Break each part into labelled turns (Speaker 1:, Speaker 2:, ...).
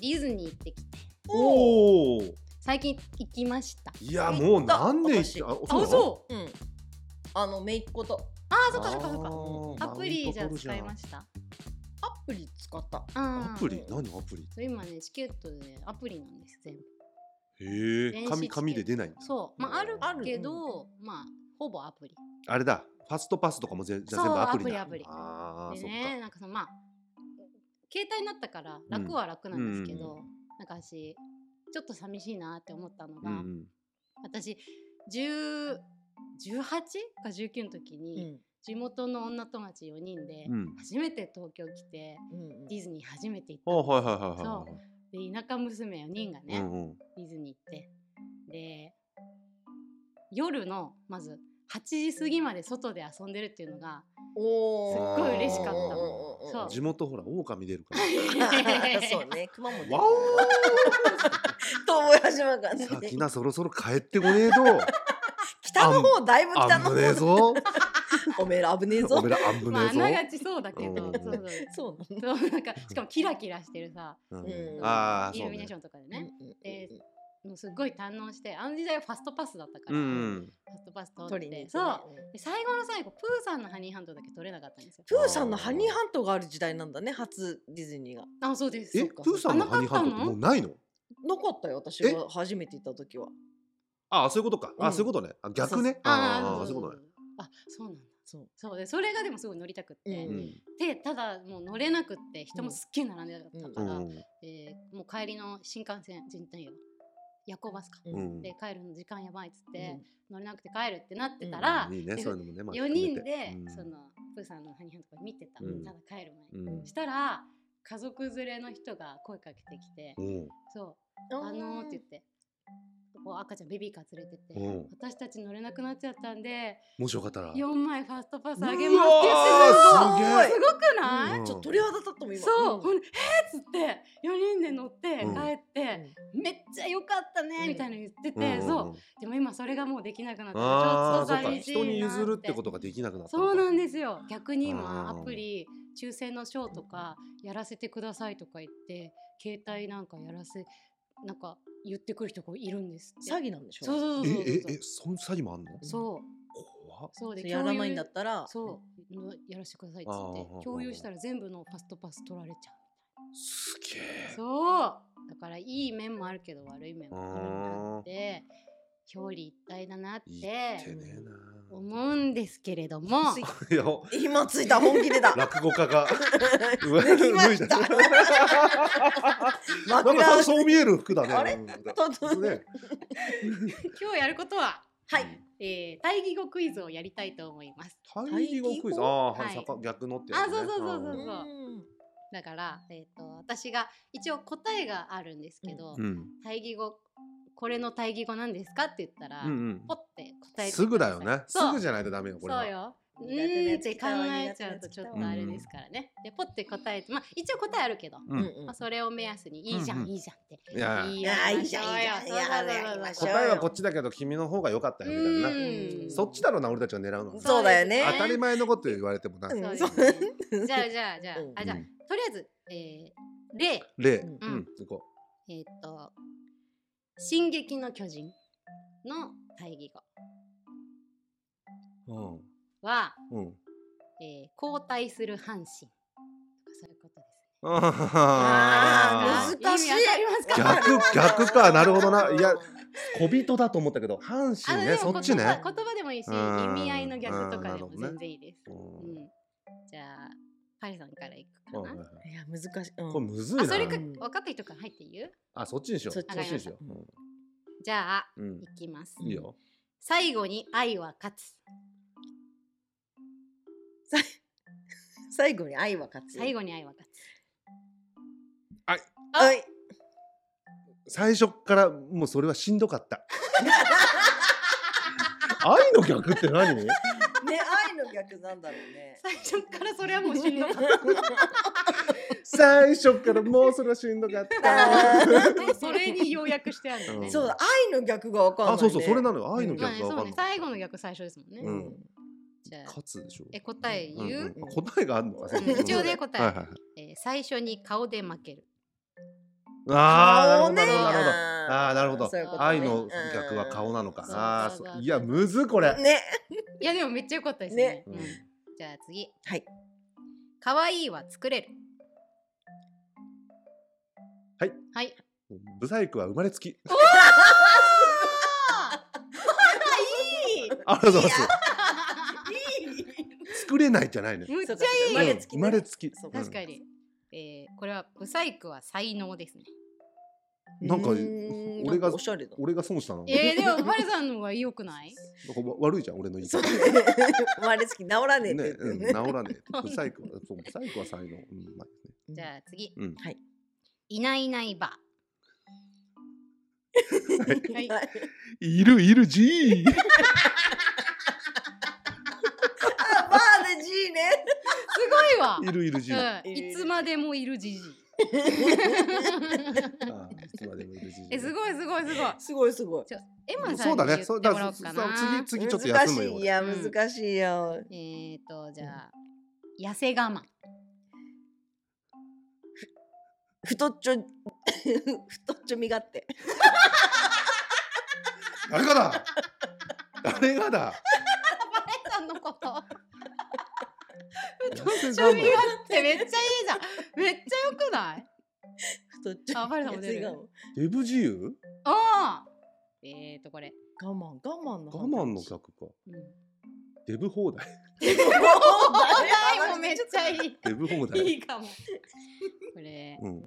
Speaker 1: ディズニー行ってきて
Speaker 2: おお
Speaker 1: 最近行きました
Speaker 2: いやもうなんで
Speaker 3: 行
Speaker 2: あ
Speaker 1: あ
Speaker 2: そう
Speaker 1: そう
Speaker 3: うんあのめいっ子と
Speaker 1: あーそっか
Speaker 2: な
Speaker 1: そっかそ
Speaker 2: の
Speaker 1: っ
Speaker 2: あ
Speaker 1: か
Speaker 2: ー
Speaker 1: アプリじゃ
Speaker 2: マウント取る
Speaker 1: 使いました
Speaker 3: アプリ使った
Speaker 1: あ
Speaker 2: ア
Speaker 1: ー
Speaker 2: プリ何アプリ
Speaker 1: そう今ねチケットでアプリなんです全部
Speaker 2: へえ
Speaker 1: 電子チ
Speaker 2: 紙
Speaker 1: ケット
Speaker 2: 紙で出ない
Speaker 1: そうまあある
Speaker 3: ある
Speaker 1: けどまあほぼアプリ
Speaker 2: あれだファストパスとかもぜじゃあ
Speaker 1: そう
Speaker 2: 全部アプリだ
Speaker 1: アプリアプリ
Speaker 2: ああ
Speaker 1: で
Speaker 2: そっ
Speaker 1: ねなんかそのまあ携帯になったから楽は楽なんですけど、なんか私ちょっと寂しいなって思ったの
Speaker 2: かう
Speaker 1: が、
Speaker 2: んうん
Speaker 1: 私10 18か19の時
Speaker 3: う
Speaker 1: に
Speaker 3: ん
Speaker 1: 地元の女友達4人で
Speaker 2: うん
Speaker 1: 初めて東京来て
Speaker 3: うん
Speaker 1: ディズニー初めて行った
Speaker 2: あ
Speaker 1: の、
Speaker 2: はいはいはいは
Speaker 1: そで田舎娘4人が
Speaker 2: いは
Speaker 1: ね、
Speaker 2: いうんうん
Speaker 1: ディズニー行ってで夜のまず8時過ぎまで外で遊んでるっていうのが
Speaker 3: おー
Speaker 1: すっごい嬉しかった
Speaker 3: うんうんうんうん
Speaker 1: そう
Speaker 2: 地元ほら狼出るから
Speaker 3: そうね熊本
Speaker 2: わ
Speaker 3: と思い始まるからね
Speaker 2: さあきなそろそろ帰ってこね えと
Speaker 3: 北の方だいぶ北の
Speaker 2: あん
Speaker 3: 方
Speaker 2: ぶねえぞ
Speaker 3: おめえら危ねえ
Speaker 2: お
Speaker 3: ぞ
Speaker 2: めらあんぶね
Speaker 1: まああな
Speaker 2: え
Speaker 1: がちそうだけど、
Speaker 2: うん
Speaker 1: そうそう
Speaker 3: そうなの
Speaker 1: そうなんかしかもキラキラしてるさ
Speaker 2: ぞ
Speaker 3: うん
Speaker 2: うんああ
Speaker 1: イ
Speaker 2: そ
Speaker 1: ル
Speaker 2: う
Speaker 1: ミネー
Speaker 2: ね
Speaker 1: ションとかでね、
Speaker 3: うんうんうん
Speaker 1: えもうすっごい堪能してあの時代はファストパスだったか
Speaker 2: う
Speaker 1: ら、
Speaker 2: んうん
Speaker 1: ファストパス取って
Speaker 3: 取りに行く
Speaker 1: そ
Speaker 3: ね
Speaker 1: うで最後の最後プーさんのハニーハントだけ取れなかったんですよ
Speaker 3: プーさんのハニーハントがある時代なんだね初ディズニーが
Speaker 1: あそうです
Speaker 2: え
Speaker 1: そっ
Speaker 2: プ
Speaker 1: か
Speaker 2: ーさんのハニーハントってもうないの
Speaker 3: なかったよ私
Speaker 2: え
Speaker 3: が初めて行った時は
Speaker 2: ああそういうことか
Speaker 3: う
Speaker 2: あ
Speaker 3: ん
Speaker 2: そういうことねあ逆ね
Speaker 1: あ
Speaker 2: あ
Speaker 1: あ
Speaker 2: あそういうことね
Speaker 1: あそうなんだ
Speaker 3: そう
Speaker 1: そうでそれがでもすごい乗りたくって、
Speaker 3: うん
Speaker 1: でただもう乗れなくって人もすっげえ並んでた
Speaker 2: う
Speaker 1: から、
Speaker 2: んうん
Speaker 1: えーもう帰りの新幹線人体を夜行バスか、
Speaker 2: う
Speaker 3: うん
Speaker 1: で帰るの時間やばいっつっ
Speaker 3: う
Speaker 1: て
Speaker 3: ん、
Speaker 1: 乗れなくて帰るってなってたら、
Speaker 2: うんいいね
Speaker 1: で
Speaker 2: そういうのもねまあ
Speaker 1: 4人で、
Speaker 2: 含めて
Speaker 1: そのプーさんのハニーハンとか見てた、
Speaker 2: うん
Speaker 1: ただ帰る前に、
Speaker 2: うんうん
Speaker 1: したら家族連れの人が声かけてきて「
Speaker 2: うん
Speaker 1: そう
Speaker 3: あ
Speaker 1: あのー」って言ってこう赤ちゃんベビーカー連れてって、
Speaker 2: うん
Speaker 1: 私たち乗れなくなっちゃったんで
Speaker 2: もしよかったら
Speaker 1: 4枚ファーストパスあげ
Speaker 2: う
Speaker 1: ますって言ってくれたの
Speaker 2: わ
Speaker 3: す
Speaker 2: ー
Speaker 3: ごい
Speaker 2: す
Speaker 1: すごくない、
Speaker 2: うん
Speaker 3: ちょっと鳥肌立ったもん今
Speaker 1: そう、ほ
Speaker 3: ん
Speaker 1: んでえっ!」っつって4人で乗って帰
Speaker 2: うん
Speaker 1: って、めっちゃ良かった
Speaker 3: う
Speaker 1: ね
Speaker 3: ん
Speaker 1: みたいなの言って
Speaker 2: うんうん
Speaker 1: て、
Speaker 2: うん
Speaker 1: そうでも今それがもうできなくなってちょ
Speaker 2: あ
Speaker 1: っと
Speaker 2: あそうか
Speaker 1: 寂しいな
Speaker 2: 人に譲るってこととができなくなった
Speaker 1: そうなん
Speaker 2: で
Speaker 1: ですよ逆に今
Speaker 2: うん
Speaker 1: アプリ抽選のショーとかやらせてくださいとか言って携帯なんかやらせなんか言ってくる人がいるんですって
Speaker 3: 詐欺なんでしょ
Speaker 1: そうそうそうそう
Speaker 2: えええそん詐欺もあんの
Speaker 1: そう
Speaker 2: 怖っ
Speaker 1: そうで
Speaker 3: それやらないんだ
Speaker 1: 共
Speaker 3: ったら
Speaker 1: 有そうのやらせてくださいっつ
Speaker 2: あ
Speaker 1: っ
Speaker 2: ー
Speaker 1: て共有したら全部のファストパス取られちゃう
Speaker 2: すげえ
Speaker 1: そうだからいい面もあるけど悪い面もあるなって表裏一体だなっ
Speaker 2: 言って
Speaker 1: て
Speaker 2: ねえな
Speaker 1: 思うんですけれ ども
Speaker 3: つい
Speaker 2: いや
Speaker 3: 今ついた本気出 た
Speaker 2: 落語 家がうわ
Speaker 3: 抜きました
Speaker 2: 脱いだ なんかそう
Speaker 3: 枕
Speaker 2: そう見える服だね
Speaker 3: あれ
Speaker 2: うん
Speaker 3: と
Speaker 2: ですね
Speaker 1: 今日やることは、
Speaker 3: はい
Speaker 1: えー、対義語クイズをやりたいと思います
Speaker 2: 対義語クイズ
Speaker 3: 対義語
Speaker 2: ああは
Speaker 1: はいい
Speaker 2: さか逆のって
Speaker 1: あそうそうそうそううんだから、えー、と私が一応答えがあるんですけど、
Speaker 2: うんうん
Speaker 1: 対義語これの対義語なんですかって言ったら、
Speaker 2: うん
Speaker 1: ポッて答えて
Speaker 2: すぐだよねす
Speaker 1: そう
Speaker 2: ぐじゃないとダメよこれは
Speaker 1: そうよう
Speaker 3: 苦手な
Speaker 1: ーん
Speaker 3: や
Speaker 1: っ
Speaker 3: つ
Speaker 1: て
Speaker 3: 来
Speaker 1: 考
Speaker 3: たわ
Speaker 1: えちゃうとちょっとあれですからね、でポッて答えてまあ一応答えあるけど、
Speaker 2: うん
Speaker 3: うん
Speaker 1: まあ、それを目安にいいじゃん、
Speaker 2: うんうん
Speaker 1: いいじゃんって
Speaker 2: いや
Speaker 1: い
Speaker 3: あいいじゃんいいじゃんやりましょうよ
Speaker 2: 答えはこっちだけど君の方が良かったよみたいなね
Speaker 3: うん
Speaker 2: そっちだろうな俺たちが狙うのは
Speaker 3: そうだよね
Speaker 2: 当たり前のこと言われてもな
Speaker 3: うん
Speaker 1: そうで
Speaker 3: そ
Speaker 1: すね じゃあじゃあじゃあ,、
Speaker 3: うん
Speaker 1: あじゃあとりあえず、えー、例
Speaker 2: 例
Speaker 3: うん
Speaker 2: うん行こ
Speaker 1: えーっと「進撃の巨人」の対義語
Speaker 2: う
Speaker 1: は、
Speaker 2: うんうん
Speaker 1: えー、交代する阪神とかそういうことですね。
Speaker 3: あ
Speaker 2: あ
Speaker 3: ー
Speaker 2: ー
Speaker 3: 難しい
Speaker 1: 意味わかりますか
Speaker 2: 逆逆かなるほどないや小人だと思ったけど阪
Speaker 1: あ
Speaker 2: 神
Speaker 1: で
Speaker 2: ね
Speaker 1: も
Speaker 2: そっち
Speaker 1: 言葉
Speaker 2: ね
Speaker 1: 言葉でもいいし、
Speaker 2: うん
Speaker 1: 意味合いのギャグと
Speaker 2: う
Speaker 1: か
Speaker 2: んなる
Speaker 1: で
Speaker 2: ほ
Speaker 1: も
Speaker 2: どね
Speaker 1: 全然いいです。
Speaker 2: う
Speaker 1: うんん、じゃあ、パリさんからいく
Speaker 2: う
Speaker 1: か
Speaker 2: ん
Speaker 1: な。
Speaker 3: いや難しい、うん
Speaker 2: これむずい
Speaker 1: あ、それか
Speaker 2: な
Speaker 1: 分かった人から入って言う
Speaker 2: あそっちにしよう
Speaker 3: そ
Speaker 2: そ
Speaker 3: っ
Speaker 2: っ
Speaker 3: ち
Speaker 2: ちにしよ
Speaker 1: じゃあ、
Speaker 2: ううん
Speaker 1: いきます。
Speaker 2: いいよ
Speaker 1: 最後に愛は勝つ。
Speaker 3: 最後に愛は勝つ
Speaker 1: 最後に愛は勝つ。
Speaker 3: はい
Speaker 2: 最初からもうそれはしんどかった愛の逆って何
Speaker 3: ね愛の逆なんだろうね
Speaker 1: 最初からそれはもうしん どかった。
Speaker 2: 最初からもうそれはしんどかった
Speaker 1: それに要約してあるのね。
Speaker 2: ん
Speaker 3: そうだ愛の逆がわかんない、ね、
Speaker 2: あそうそうそれなのよ愛の
Speaker 1: まあ
Speaker 2: 逆
Speaker 1: ね、
Speaker 2: が分
Speaker 1: そ
Speaker 2: か
Speaker 1: うんね
Speaker 2: な、い
Speaker 1: 最後の逆最初ですもんね。
Speaker 2: う
Speaker 3: うんん
Speaker 1: じゃあ
Speaker 2: 勝つでしょ
Speaker 1: え答え言う、
Speaker 2: んんあ答えがあるのか
Speaker 1: うん一応ね答え
Speaker 2: はいはいはい
Speaker 1: えー最初に顔で負ける。
Speaker 2: ああ、なるほ
Speaker 3: 顔
Speaker 2: ど、
Speaker 3: ね
Speaker 2: なるほど。
Speaker 3: うん
Speaker 2: ああー、なるほど
Speaker 3: そういうこ。とね
Speaker 2: 愛の逆は顔なのか
Speaker 1: う。ん
Speaker 2: ああ
Speaker 1: そうそう
Speaker 2: ー、
Speaker 1: そう
Speaker 2: いや、むずこれ。
Speaker 3: ね
Speaker 1: いやでもめっちゃ良かったですね
Speaker 3: ね
Speaker 1: うんじゃあ次
Speaker 3: はい
Speaker 1: 可愛いは作れる
Speaker 2: はい
Speaker 1: はい
Speaker 2: ブサイクは生まれつ き。
Speaker 3: いい
Speaker 2: ありがとうございま
Speaker 3: いい
Speaker 2: す。作れないじゃないね。
Speaker 1: むっちゃ
Speaker 3: 生
Speaker 1: い
Speaker 3: ま
Speaker 1: い
Speaker 3: れ
Speaker 2: うん
Speaker 3: つきね
Speaker 2: 生まれつき。
Speaker 3: そう
Speaker 1: 確か
Speaker 2: に。
Speaker 1: に、えー、これはブサイクは才能ですね
Speaker 2: なんか
Speaker 3: うーん
Speaker 2: 俺
Speaker 3: な
Speaker 2: が
Speaker 3: んかおしゃれだ
Speaker 2: 俺が損したの。
Speaker 1: えー、 でもマリさんの方が良くない
Speaker 2: なんかわ悪いじゃん、俺の言い
Speaker 3: そ
Speaker 2: 方
Speaker 3: う。ね生まれつき治らねえっ
Speaker 2: ね、
Speaker 3: て言
Speaker 2: う
Speaker 3: っ
Speaker 2: ん、
Speaker 3: て
Speaker 2: 治
Speaker 3: るね
Speaker 2: らねえ。ブサ イクは、そう、ブサイクは才能。うん、まあ
Speaker 1: じゃあ次、
Speaker 2: うん
Speaker 3: はい
Speaker 1: いないいないばはい
Speaker 3: はい
Speaker 2: いる、 いる、じー。
Speaker 3: あバーで G ね
Speaker 1: すごいわ
Speaker 2: いる、いる、じー。
Speaker 1: うん、いつまでもいるじじ い
Speaker 2: あーいつまでもいるじー。
Speaker 1: えすごいすごいすごい
Speaker 3: すごいすごい
Speaker 1: ちょエマさ
Speaker 2: そ
Speaker 1: ん
Speaker 2: う
Speaker 1: に
Speaker 2: だ
Speaker 1: 言っ
Speaker 2: ね。
Speaker 1: て
Speaker 2: そ
Speaker 1: も
Speaker 2: うだ
Speaker 1: らおう
Speaker 2: そ
Speaker 1: か
Speaker 2: う
Speaker 1: な、
Speaker 2: そう次、次ちょっと休む
Speaker 3: 難 しいい
Speaker 2: よ。俺
Speaker 3: や
Speaker 1: うん
Speaker 3: 難しいよ
Speaker 1: えっ、ー、とじゃあ痩せ我慢
Speaker 3: 太っちょ 太っちょみがって
Speaker 2: 誰がだ。誰がだ。
Speaker 1: バレたのこと
Speaker 2: 太っ
Speaker 1: 趣味がってめっちゃいいじゃんめっちゃよくない
Speaker 3: 太っち
Speaker 1: あ
Speaker 3: ょ
Speaker 1: バレた
Speaker 3: み
Speaker 1: も出る
Speaker 3: やつが
Speaker 2: デブ自由
Speaker 1: ああえっ、ー、とこれ、
Speaker 3: 我慢我慢の
Speaker 2: 我慢 の客か。
Speaker 1: うん、
Speaker 2: デブ放題。
Speaker 1: 題もめっちゃいい
Speaker 2: デブ放
Speaker 1: い
Speaker 2: 題。
Speaker 1: いか もこれ
Speaker 2: うん。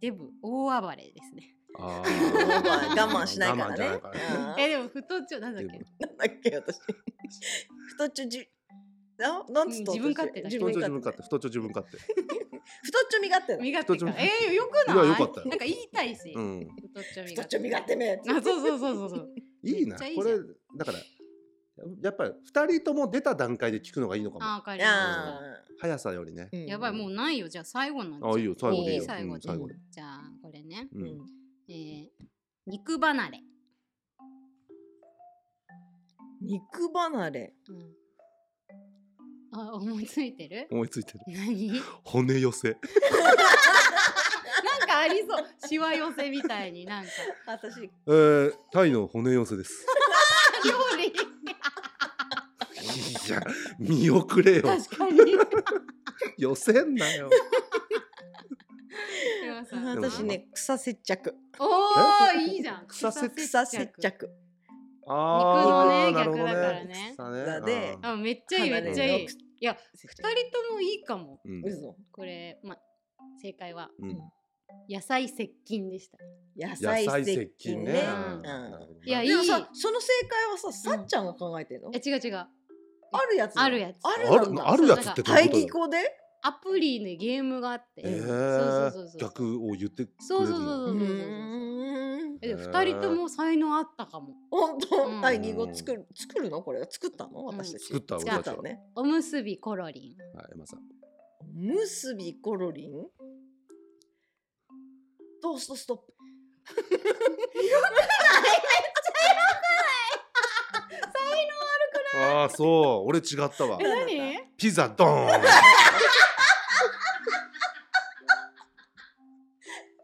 Speaker 1: デブ大暴れですね
Speaker 2: あ
Speaker 3: 我
Speaker 2: ー
Speaker 3: 慢しないからね
Speaker 2: 我慢じゃないからね。
Speaker 3: うん
Speaker 1: えでも太っちょなんだっ
Speaker 2: デ
Speaker 1: け
Speaker 2: ブ
Speaker 3: なんだっけ私太っちょじななんつった
Speaker 1: うん自分勝手だ
Speaker 3: 私
Speaker 2: 太っちょ自分勝
Speaker 3: 勝手
Speaker 2: 手。太っちょ自分勝手。
Speaker 3: 太っちょみがってだ
Speaker 1: 身勝手
Speaker 2: 太っ
Speaker 1: か
Speaker 2: ちょみ
Speaker 1: えー、よくない
Speaker 2: いやよかったよ
Speaker 1: なんか言いたいし、
Speaker 2: うん。
Speaker 1: 太っちょ身
Speaker 3: 太っ
Speaker 1: 勝
Speaker 3: ち
Speaker 1: 手
Speaker 3: ょみがってね
Speaker 1: あそうそうそうそうそう
Speaker 2: いい
Speaker 1: め
Speaker 2: な。
Speaker 1: っちゃいい
Speaker 2: こ
Speaker 1: じゃ
Speaker 2: れ
Speaker 1: ん
Speaker 2: だからやっぱり二人とも出た段階で聞くのがいいのかも。
Speaker 1: あー帰りま
Speaker 3: あ
Speaker 1: し
Speaker 2: 速さよりね。
Speaker 3: ー
Speaker 1: たやばいもうないよじゃあ最後なん
Speaker 2: あーいいよ最後でいいよ。
Speaker 1: いい最後
Speaker 2: うん
Speaker 1: で
Speaker 2: 最後で。
Speaker 1: じゃあこれね
Speaker 2: う。
Speaker 3: うん
Speaker 1: えー、肉離れ、
Speaker 3: 肉離れ
Speaker 1: うん、あ思いついてる
Speaker 2: 思いついてる。
Speaker 1: 何 なん
Speaker 2: 骨寄せ。
Speaker 1: かありそうしわ寄せみたいに なんか
Speaker 3: 私
Speaker 2: えー、タイの骨寄 せです。
Speaker 1: 料理
Speaker 2: いや見送れよ。
Speaker 1: 確 かに
Speaker 2: 寄せんな よ。
Speaker 1: 山さん
Speaker 3: 私ね草接着
Speaker 1: おーいいじゃん
Speaker 2: 草接
Speaker 3: 草接着
Speaker 1: あー
Speaker 2: なるほど
Speaker 1: 逆だからね
Speaker 2: 草ね
Speaker 3: だで
Speaker 1: あめっちゃいいめっちゃいい
Speaker 3: 離れの
Speaker 1: いや
Speaker 3: 接着
Speaker 1: 二人ともいいかも
Speaker 2: うん
Speaker 3: 嘘
Speaker 1: これま正解は
Speaker 2: うん
Speaker 1: 野菜接近でした
Speaker 3: 野
Speaker 2: 野
Speaker 3: 菜
Speaker 2: 菜
Speaker 3: 接
Speaker 2: 接
Speaker 3: 近
Speaker 2: 近
Speaker 3: ね
Speaker 2: ね。
Speaker 1: うん
Speaker 2: なるほど
Speaker 1: いやいい
Speaker 3: でもさその正解はささっちゃんが考えてんの
Speaker 1: え違う違う
Speaker 3: あるやつ
Speaker 1: あるやつ
Speaker 3: あ
Speaker 2: あ
Speaker 3: るなん
Speaker 2: る
Speaker 3: だ
Speaker 2: あるやつってどうい
Speaker 3: 対
Speaker 2: うこと
Speaker 3: 義
Speaker 2: よ。
Speaker 3: 語で
Speaker 1: アプリのゲームがあって
Speaker 2: え
Speaker 1: そうそうそうそ
Speaker 2: ー
Speaker 1: う
Speaker 2: 逆を言ってくれる
Speaker 1: そうそうそう
Speaker 3: う
Speaker 1: そうそうそう
Speaker 3: ー
Speaker 2: の
Speaker 3: ん
Speaker 1: えでも二人とも才能あったかも
Speaker 3: 本
Speaker 1: うん
Speaker 3: 当対義語作る作るのこれ作ったの
Speaker 1: うん
Speaker 3: 私たち
Speaker 2: 作った
Speaker 3: 作っ
Speaker 2: 私た
Speaker 3: た
Speaker 2: ち
Speaker 3: のね
Speaker 1: おむすびコロリン
Speaker 2: はい山さん
Speaker 3: むすびコロリントーストストップ
Speaker 2: ああそう俺違ったわ
Speaker 1: え何
Speaker 2: ピザドーン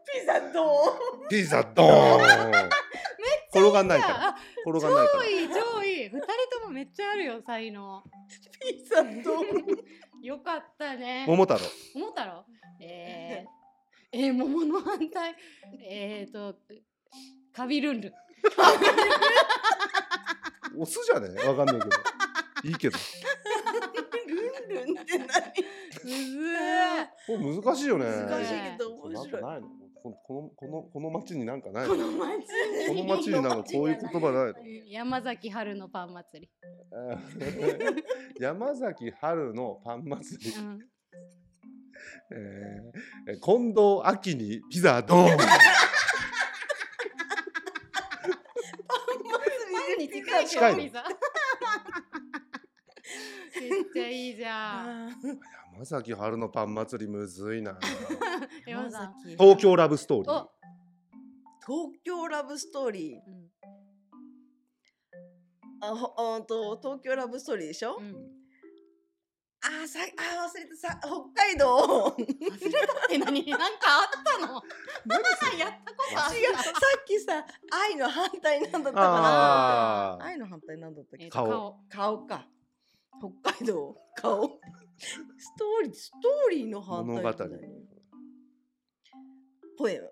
Speaker 3: ピザどう
Speaker 2: ピザドーン転がんないから
Speaker 1: あ
Speaker 2: 転がんないか
Speaker 1: 超いい超いい二人ともめっちゃあるよ才能
Speaker 3: ピザどう
Speaker 1: よかったね
Speaker 2: ら桃太郎
Speaker 1: 桃太郎えー、 えー、桃の反対えーとカビルンルン
Speaker 2: オスじゃねわかんないけどいいけど
Speaker 3: ルンルンって何
Speaker 1: むずー
Speaker 2: これ難しいよね
Speaker 3: 難しい
Speaker 1: ね
Speaker 3: けど
Speaker 2: な
Speaker 3: 面
Speaker 2: んか
Speaker 3: 白い
Speaker 2: ないのこのこのこのこの町になんかないの
Speaker 1: こ
Speaker 2: こ
Speaker 1: の街
Speaker 2: の町になんかこういう言葉 ないの
Speaker 1: 山崎春のパン祭り、
Speaker 2: 山崎春のパン祭り、
Speaker 1: うん、
Speaker 2: えー、近藤秋にピザドーン
Speaker 1: パンに近いけ
Speaker 2: 近
Speaker 1: ど
Speaker 2: いの
Speaker 1: ピザめっちゃいいじゃん
Speaker 3: あ
Speaker 2: 山崎春のパン祭りむずいな
Speaker 3: ー
Speaker 1: 山
Speaker 3: 山
Speaker 1: さん
Speaker 3: 崎
Speaker 2: 東京ラブストーリー
Speaker 1: お、
Speaker 3: 東京ラブストーリ
Speaker 1: う
Speaker 3: ー
Speaker 1: ん
Speaker 3: あほあーと東京ラブストーリーでしょ、
Speaker 1: うん
Speaker 3: ああさあ忘れてさ北海道
Speaker 1: 忘れたって何なんかあったの やったことある
Speaker 3: 違うさっきさ愛の反対なんだったか
Speaker 2: あ
Speaker 3: な
Speaker 2: あ
Speaker 3: 愛の反対なんだったっけ、
Speaker 1: えっと
Speaker 2: 顔
Speaker 3: 顔か北海道顔ストーリーストーリーの反対なんだよね
Speaker 2: 物
Speaker 3: ポエム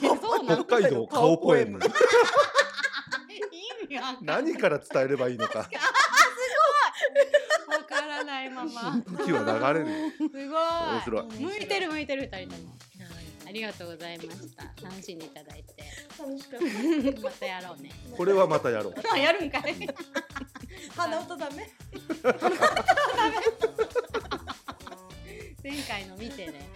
Speaker 1: 顔そうな
Speaker 2: 北
Speaker 1: の
Speaker 2: 海道顔ポエム
Speaker 1: 意味わかんない
Speaker 2: 何から伝えればいいのか
Speaker 1: わからないまま
Speaker 2: 時は流れるよ
Speaker 1: すごい
Speaker 2: 面白い
Speaker 1: 向いてる向いてる二人とも
Speaker 3: は
Speaker 1: ありがとうございました三振いただいて
Speaker 3: い楽しかっ
Speaker 1: またやろうね
Speaker 2: これはまたやろう
Speaker 1: あやるんか い
Speaker 3: た鼻音ダメ
Speaker 1: 前回の見てね